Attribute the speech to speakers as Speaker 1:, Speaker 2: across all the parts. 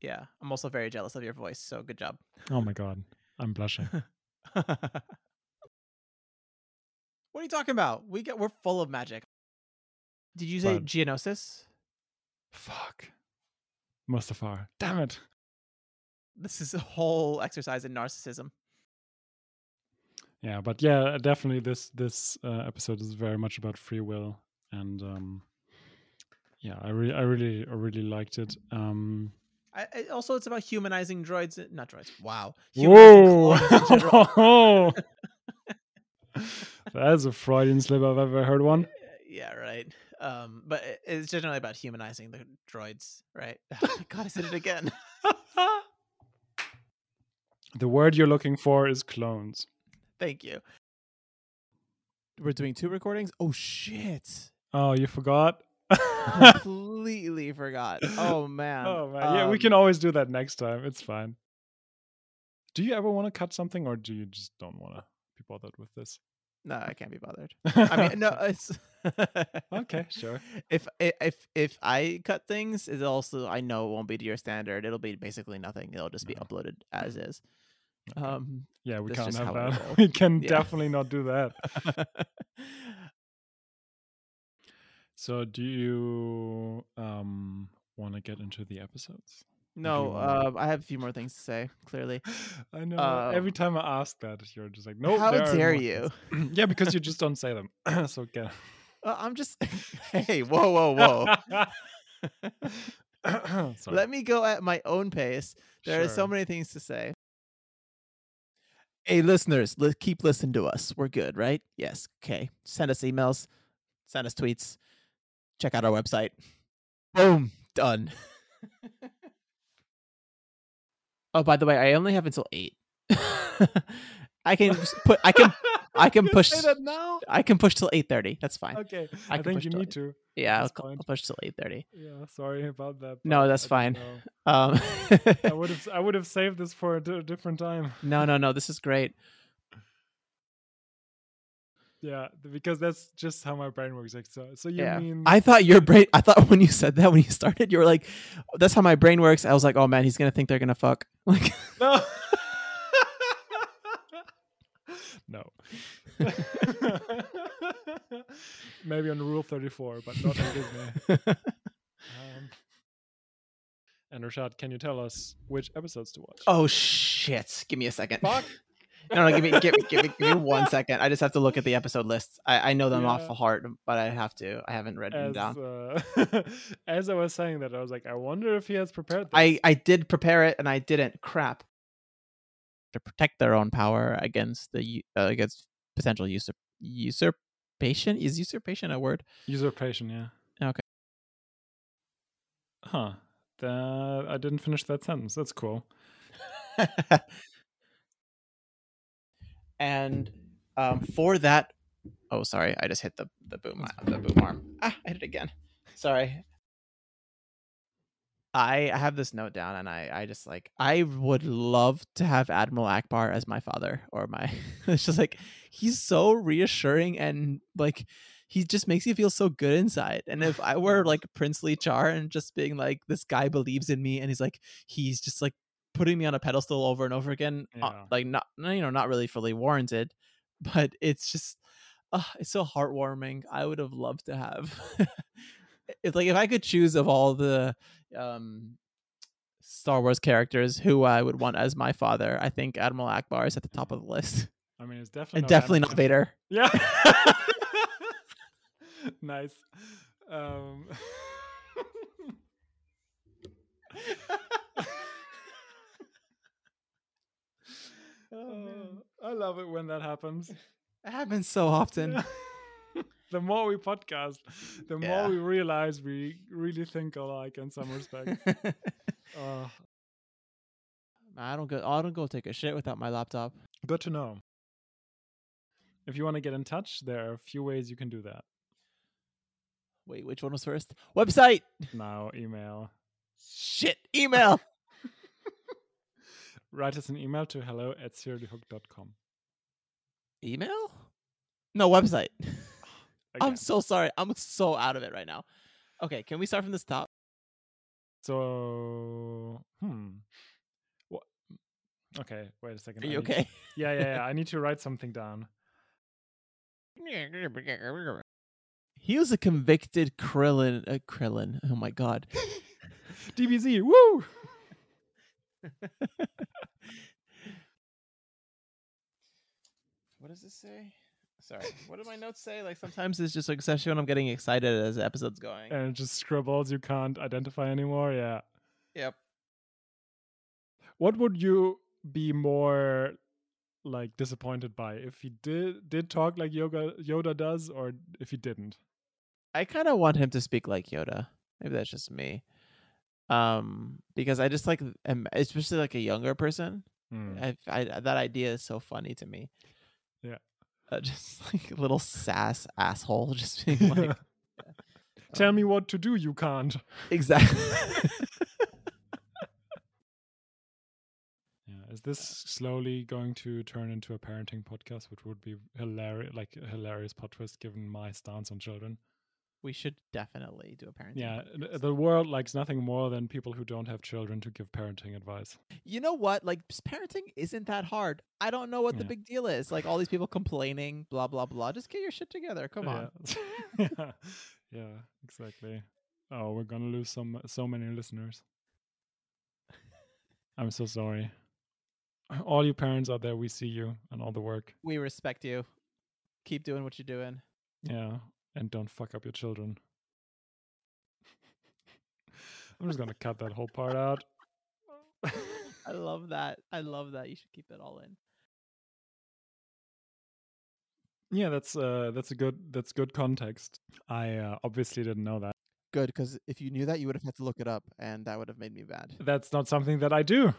Speaker 1: Yeah. I'm also very jealous of your voice. So good job.
Speaker 2: Oh my god, I'm blushing.
Speaker 1: what are you talking about? We get we're full of magic. Did you say
Speaker 2: But-
Speaker 1: Geonosis?
Speaker 2: Fuck, Mustafar. Damn it.
Speaker 1: This is a whole exercise in narcissism.
Speaker 2: Yeah, but yeah, definitely this this uh, episode is very much about free will, and um, yeah, I really, I really, I really liked it. Um,
Speaker 1: I, I- also, it's about humanizing droids. uh, Not droids. Wow.
Speaker 2: whoa,
Speaker 1: Humanizing clones in general.
Speaker 2: that's a Freudian slip I've ever heard one.
Speaker 1: Uh, yeah, right. Um, but it- it's generally about humanizing the droids, right? Oh my God, I said it again.
Speaker 2: The word you're looking for is clones.
Speaker 1: Thank you. We're doing two recordings. Oh shit!
Speaker 2: Oh, you forgot.
Speaker 1: Completely forgot. Oh man.
Speaker 2: oh man, yeah, we
Speaker 1: Um,
Speaker 2: can always do that next time. It's fine. Do you ever want to cut something, or do you just don't want to be bothered with this?
Speaker 1: No, I can't be bothered. I mean, no, it's
Speaker 2: Okay, sure.
Speaker 1: If i- if if I cut things, it also I know it won't be to your standard. It'll be basically nothing. It'll just be
Speaker 2: No. Mm-hmm.
Speaker 1: uploaded as is.
Speaker 2: Okay.
Speaker 1: Um,
Speaker 2: Yeah, we
Speaker 1: That's
Speaker 2: can't
Speaker 1: just how
Speaker 2: have
Speaker 1: it
Speaker 2: that.
Speaker 1: evolved.
Speaker 2: We can
Speaker 1: Yeah.
Speaker 2: definitely not do that. So, do you um want to get into the episodes?
Speaker 1: no,
Speaker 2: wanna-
Speaker 1: uh, I have a few more things to say. Clearly,
Speaker 2: I know.
Speaker 1: Uh,
Speaker 2: every time I ask that, you're just like, "No,
Speaker 1: how
Speaker 2: there are
Speaker 1: dare
Speaker 2: more
Speaker 1: you?
Speaker 2: things." yeah, because you just don't say them. so get.
Speaker 1: Uh, I'm just. hey, whoa, whoa, whoa!
Speaker 2: Sorry.
Speaker 1: Let me go at my own pace. There are so
Speaker 2: Sure.
Speaker 1: many things to say. Hey, listeners, li- keep listening to us. We're good, right? Yes. Okay. Send us emails, send us tweets, check out our website. Boom. Done. oh, by the way, I only have until eight. I can s- put. I can. I can
Speaker 2: You
Speaker 1: push-
Speaker 2: say that now.
Speaker 1: I can push till eight thirty. That's fine.
Speaker 2: Okay,
Speaker 1: I
Speaker 2: I,
Speaker 1: can
Speaker 2: think
Speaker 1: push
Speaker 2: you
Speaker 1: till
Speaker 2: need
Speaker 1: eight.
Speaker 2: to.
Speaker 1: Yeah, I'll,
Speaker 2: that's
Speaker 1: cu-
Speaker 2: fine.
Speaker 1: I'll push till eight thirty.
Speaker 2: Yeah, sorry about that.
Speaker 1: No,
Speaker 2: but
Speaker 1: that's
Speaker 2: I
Speaker 1: fine.
Speaker 2: didn't know.
Speaker 1: Um,
Speaker 2: I would have. I would have saved this for a di- different time.
Speaker 1: no, no, no. This is great.
Speaker 2: Yeah, th- because that's just how my brain works. Like, so, so you
Speaker 1: yeah.
Speaker 2: mean
Speaker 1: I thought your brain. I thought when you said that when you started, you were like, "That's how my brain works." I was like, "Oh man, he's gonna think they're gonna fuck." Like,
Speaker 2: no? no. Maybe on Rule Thirty Four, but not on Disney. Um, and Rashad, can you tell us which episodes to watch?
Speaker 1: oh shit! Give me a second.
Speaker 2: Fuck.
Speaker 1: No, no, give me, give, me- give me, give me one second. I just have to look at the episode list. I, I know them off
Speaker 2: Yeah.
Speaker 1: the heart, but I have to. I haven't read them
Speaker 2: As,
Speaker 1: down.
Speaker 2: uh, as I was saying that, I was like, I wonder if he has prepared. This.
Speaker 1: I, I did prepare it, and I didn't. Crap. To protect their own power against the u- uh, against potential usurp usurpation is usurpation a word?
Speaker 2: usurpation, yeah.
Speaker 1: Okay.
Speaker 2: Huh. That I didn't finish that sentence. That's cool.
Speaker 1: and um, for that, oh sorry, I just hit the the boom the boom arm. Ah, I hit it again. Sorry. I I have this note down, and I I just like I would love to have Admiral Akbar as my father or my. it's just like he's so reassuring and like he just makes you feel so good inside. And if I were like Princely Char and just being like this guy believes in me, and he's like he's just like putting me on a pedestal over and over again, uh,
Speaker 2: Yeah.
Speaker 1: like not no, you know not really fully warranted, but it's just uh, it's so heartwarming. I would have loved to have. if like if I could choose of all the um Star Wars characters who I would want as my father, I think Admiral Akbar is at the top of the list,
Speaker 2: I mean, it's definitely
Speaker 1: and
Speaker 2: not
Speaker 1: definitely
Speaker 2: Anakin.
Speaker 1: not Vader.
Speaker 2: Yeah. nice. Um,
Speaker 1: Oh, man.
Speaker 2: uh, I love it when that happens.
Speaker 1: It happens so often.
Speaker 2: Yeah. the more we podcast, the
Speaker 1: Yeah.
Speaker 2: more we realize we really think alike in some respects. uh,
Speaker 1: I don't go. I don't go take a shit without my laptop.
Speaker 2: good to know. If you want to get in touch, there are a few ways you can do that.
Speaker 1: Wait, which one was first? Website.
Speaker 2: Now, email.
Speaker 1: Shit. Email.
Speaker 2: Write us an email to hello at seriallyhook.com.
Speaker 1: email. No website. I'm
Speaker 2: Again.
Speaker 1: so sorry. I'm so out of it right now. Okay, can we start from this top?
Speaker 2: So, hmm. mm, Okay, wait a second.
Speaker 1: Are
Speaker 2: I
Speaker 1: you
Speaker 2: need to-
Speaker 1: okay?
Speaker 2: yeah, yeah, yeah. I need to write something down.
Speaker 1: He was a convicted Krillin. Uh, Krillin. Oh my god.
Speaker 2: DBZ, woo!
Speaker 1: What does this say? Sorry. What do my notes say? Like sometimes it's just like, especially when I'm getting excited as the episode's going.
Speaker 2: And it just scribbles you can't identify anymore. Yeah.
Speaker 1: Yep.
Speaker 2: What would you be more like disappointed by if he did did talk like Yoga Yoda does, or if he didn't?
Speaker 1: I kind of want him to speak like Yoda. Maybe that's just me. Um, because I just like, am- especially like a younger person.
Speaker 2: Hmm.
Speaker 1: I, I that idea is so funny to me.
Speaker 2: Yeah.
Speaker 1: Uh, just like a little sass asshole, just being like,
Speaker 2: Tell
Speaker 1: um,
Speaker 2: me what to do. You can't.
Speaker 1: exactly.
Speaker 2: Yeah, is this slowly going to turn into a parenting podcast, which would be hilarious, like a hilarious plot twist given my stance on children?
Speaker 1: we should definitely do a parenting.
Speaker 2: Yeah,
Speaker 1: podcast.
Speaker 2: th- the world likes nothing more than people who don't have children to give parenting advice.
Speaker 1: you know what? Like s- parenting isn't that hard. I don't know what the
Speaker 2: Yeah.
Speaker 1: big deal is. Like all these people complaining, blah blah blah. Just get your shit together. Come on.
Speaker 2: Yeah. yeah, yeah, exactly. Oh, we're gonna lose some so many listeners. I'm so sorry. All you parents out there, we see you and all the work.
Speaker 1: We respect you. Keep doing what you're doing.
Speaker 2: Yeah, and don't fuck up your children. I'm just gonna cut that whole part out.
Speaker 1: I love that. I love that. You should keep it all in.
Speaker 2: yeah, that's uh, that's a good that's good context. I uh, obviously didn't know that.
Speaker 1: Good, because if you knew that, you would have had to look it up, and that would have made me mad.
Speaker 2: That's not something that I do,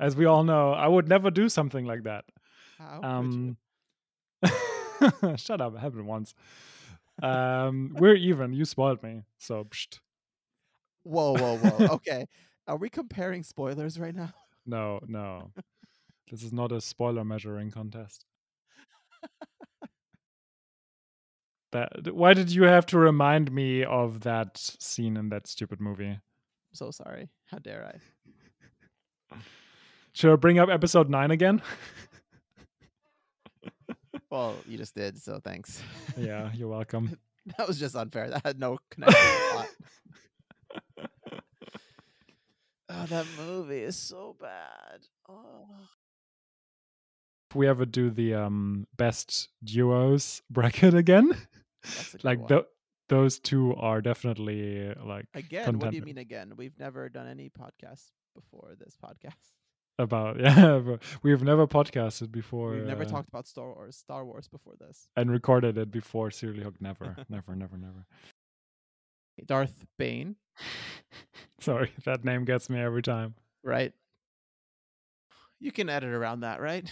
Speaker 2: as we all know. I would never do something like that.
Speaker 1: How
Speaker 2: Um, shut up! It happened once. Um, we're even. You spoiled me, so psht.
Speaker 1: Whoa, whoa, whoa. okay. Are we comparing spoilers right now?
Speaker 2: No, no. this is not a spoiler measuring contest. that why did you have to remind me of that scene in that stupid movie?
Speaker 1: I'm so sorry. How dare I?
Speaker 2: Should I bring up episode 9 again?
Speaker 1: Well, you just did, so thanks.
Speaker 2: yeah, you're welcome.
Speaker 1: That was just unfair. That had no connection. to the plot. oh, that movie is so bad. Oh.
Speaker 2: If we ever do the um best duos bracket again,
Speaker 1: That's a good
Speaker 2: like
Speaker 1: one.
Speaker 2: tho- those two are definitely like
Speaker 1: Again, what do you
Speaker 2: contender.
Speaker 1: mean again? We've never done any podcasts before this podcast.
Speaker 2: about yeah, but we've never podcasted before.
Speaker 1: We've never
Speaker 2: uh,
Speaker 1: talked about Star Wars, Star Wars before this.
Speaker 2: and recorded it before Serially Hooked. Never, never, never, never.
Speaker 1: Darth Bane,
Speaker 2: Sorry, that name gets me every time.
Speaker 1: right? You can edit around that, right?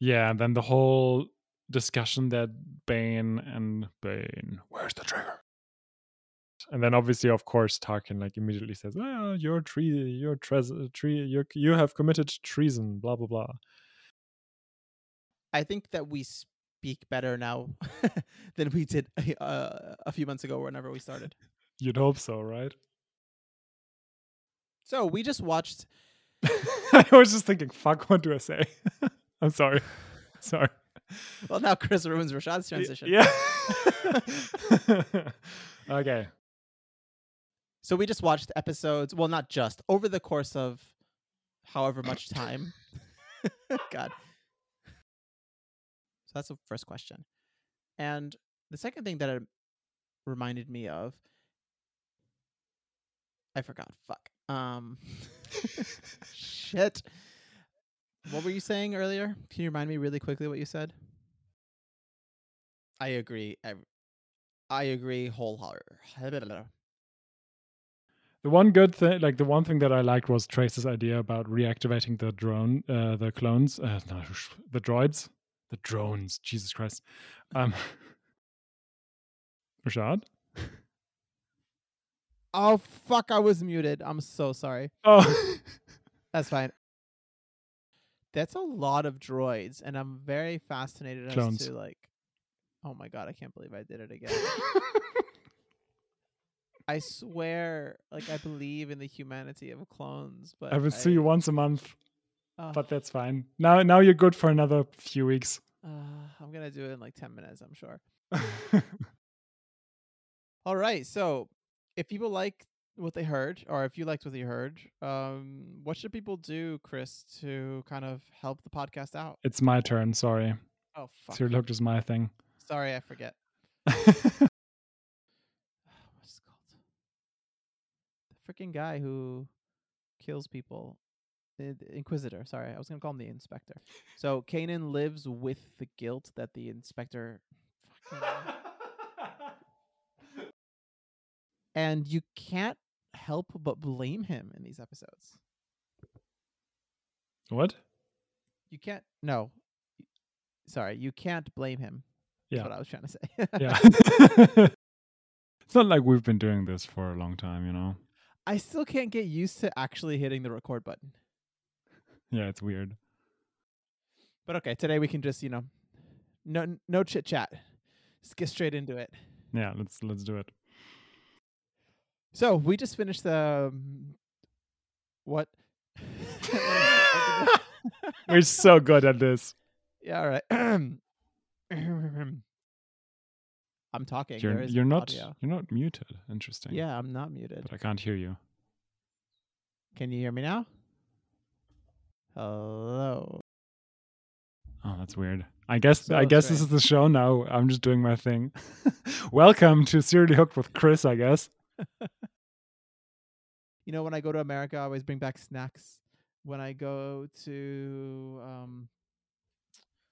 Speaker 2: Yeah, and then the whole discussion that Bane and Bane, where's the trigger? And then obviously, of course, Tarkin like immediately says, "Well, you're tre- you're tre- tre- you're, you have committed treason." Blah blah blah.
Speaker 1: I think that we speak better now than we did uh, a few months ago, whenever we started.
Speaker 2: You'd hope so, right?
Speaker 1: So we just watched.
Speaker 2: I was just thinking, "Fuck, what do I say?" I'm sorry, sorry.
Speaker 1: Well, now Chris ruins Rashad's transition.
Speaker 2: Yeah. okay.
Speaker 1: So we just watched episodes. Well, not just over the course of however much time. God. So that's the first question, and the second thing that it reminded me of, I forgot. Fuck. Um. shit. What were you saying earlier? Can you remind me really quickly what you said? I agree. I, I agree wholeheartedly.
Speaker 2: The one good thing, like the one thing that I liked was Trace's idea about reactivating the drone, uh, the clones, uh, no, the droids, the drones. Jesus Christ, um, Rashad.
Speaker 1: Oh fuck! I was muted. I'm so sorry.
Speaker 2: Oh,
Speaker 1: That's fine. That's a lot of droids, and I'm very fascinated
Speaker 2: Clones.
Speaker 1: as to like. Oh my god! I can't believe I did it again. I swear, like I believe in the humanity of clones, but
Speaker 2: I Oh. will see you once a month,
Speaker 1: uh,
Speaker 2: but that's fine. Now, now you're good for another few weeks.
Speaker 1: uh, I'm gonna do it in like ten minutes. I'm sure. All right. So, if people like what they heard, or if you liked what you heard, um, what should people do, Chris, to kind of help the podcast out?
Speaker 2: it's my turn. Sorry,
Speaker 1: Oh, fuck.
Speaker 2: Zero looked is my thing.
Speaker 1: Sorry, I forget. What's it called? The freaking guy who kills people. The the Inquisitor. Sorry, I was gonna call him the Inspector. So Kanan lives with the guilt that the Inspector. Fucking- and you can't help but blame him in these episodes.
Speaker 2: what?
Speaker 1: You can't. No, y- sorry, you can't blame him. That's
Speaker 2: Yeah.
Speaker 1: what I was trying to say.
Speaker 2: Yeah. it's not like we've been doing this for a long time, you know.
Speaker 1: I still can't get used to actually hitting the record button.
Speaker 2: Yeah, it's weird.
Speaker 1: But okay, today we can just you know, no no chit chat, just get straight into it.
Speaker 2: Yeah, let's let's do it.
Speaker 1: So we just finished the um, what?
Speaker 2: We're so good at this.
Speaker 1: yeah, all right. I'm talking.
Speaker 2: You're
Speaker 1: there is
Speaker 2: you're not
Speaker 1: audio.
Speaker 2: you're not muted. Interesting.
Speaker 1: Yeah, I'm not muted.
Speaker 2: But I can't hear you.
Speaker 1: Can you hear me now? Hello.
Speaker 2: Oh, that's weird. I guess
Speaker 1: So
Speaker 2: I
Speaker 1: that's
Speaker 2: guess
Speaker 1: right.
Speaker 2: this is the show now. I'm just doing my thing. Welcome to Serially Hooked with Chris, I guess.
Speaker 1: You know, when I go to America, I always bring back snacks. When I go to um,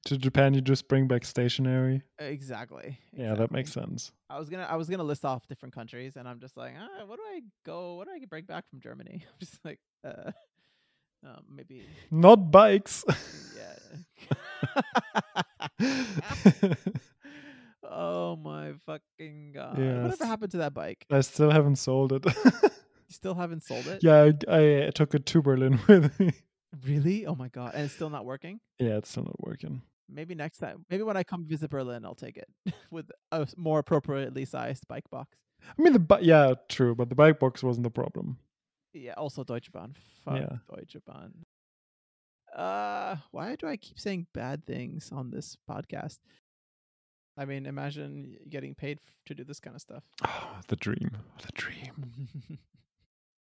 Speaker 2: To Japan, you just bring back stationery.
Speaker 1: exactly,
Speaker 2: Yeah, that makes
Speaker 1: exactly.
Speaker 2: sense.
Speaker 1: I was gonna I was gonna list off different countries, and I'm just like, ah, what do I go? What do I get bring back from Germany? I'm just like, uh, um, maybe,
Speaker 2: Not bikes.
Speaker 1: yeah. oh my fucking god! Whatever
Speaker 2: Yes.
Speaker 1: happened to that bike?
Speaker 2: I still haven't sold it.
Speaker 1: You still haven't sold it?
Speaker 2: yeah, I, I took it to Berlin with me.
Speaker 1: Really? Oh my god! And it's still not working.
Speaker 2: Yeah, it's still not working.
Speaker 1: Maybe next time. Maybe when I come visit Berlin, I'll take it with a s- more appropriately sized bike box.
Speaker 2: I mean, the bi- yeah, true, but the bike box wasn't the problem.
Speaker 1: Yeah. Also Deutsche Bahn. Fuck
Speaker 2: Yeah.
Speaker 1: Deutsche Bahn. Uh, why do I keep saying bad things on this podcast? I mean, imagine y- getting paid f- to do this kind of stuff.
Speaker 2: Oh, the dream, the dream.